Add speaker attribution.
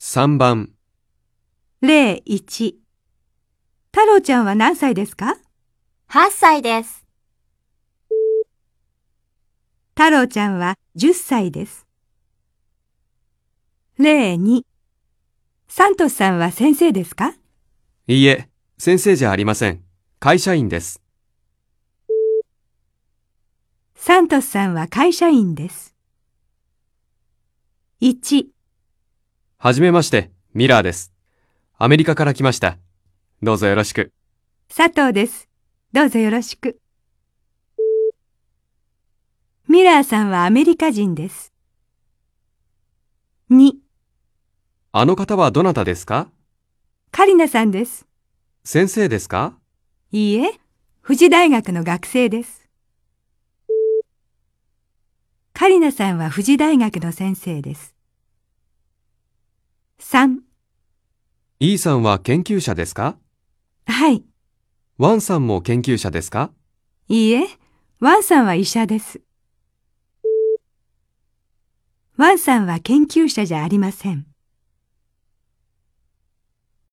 Speaker 1: 3番、
Speaker 2: 01太郎ちゃんは何歳ですか
Speaker 3: 8歳です。
Speaker 2: 太郎ちゃんは10歳です。02サントスさんは先生ですか
Speaker 1: いいえ、先生じゃありません。会社員です。
Speaker 2: サントスさんは会社員です。1
Speaker 1: はじめまして、ミラーです。アメリカから来ました。どうぞよろしく。
Speaker 2: 佐藤です。どうぞよろしく。ミラーさんはアメリカ人です。2
Speaker 1: あの方はどなたですか
Speaker 2: カリナさんです。
Speaker 1: 先生ですか
Speaker 2: いいえ、富士大学の学生です。カリナさんは富士大学の先生です。3、
Speaker 1: E さんは研究者ですか
Speaker 2: はい、
Speaker 1: ワンさんも研究者ですか
Speaker 2: いいえ、ワンさんは医者です。ワンさんは研究者じゃありません。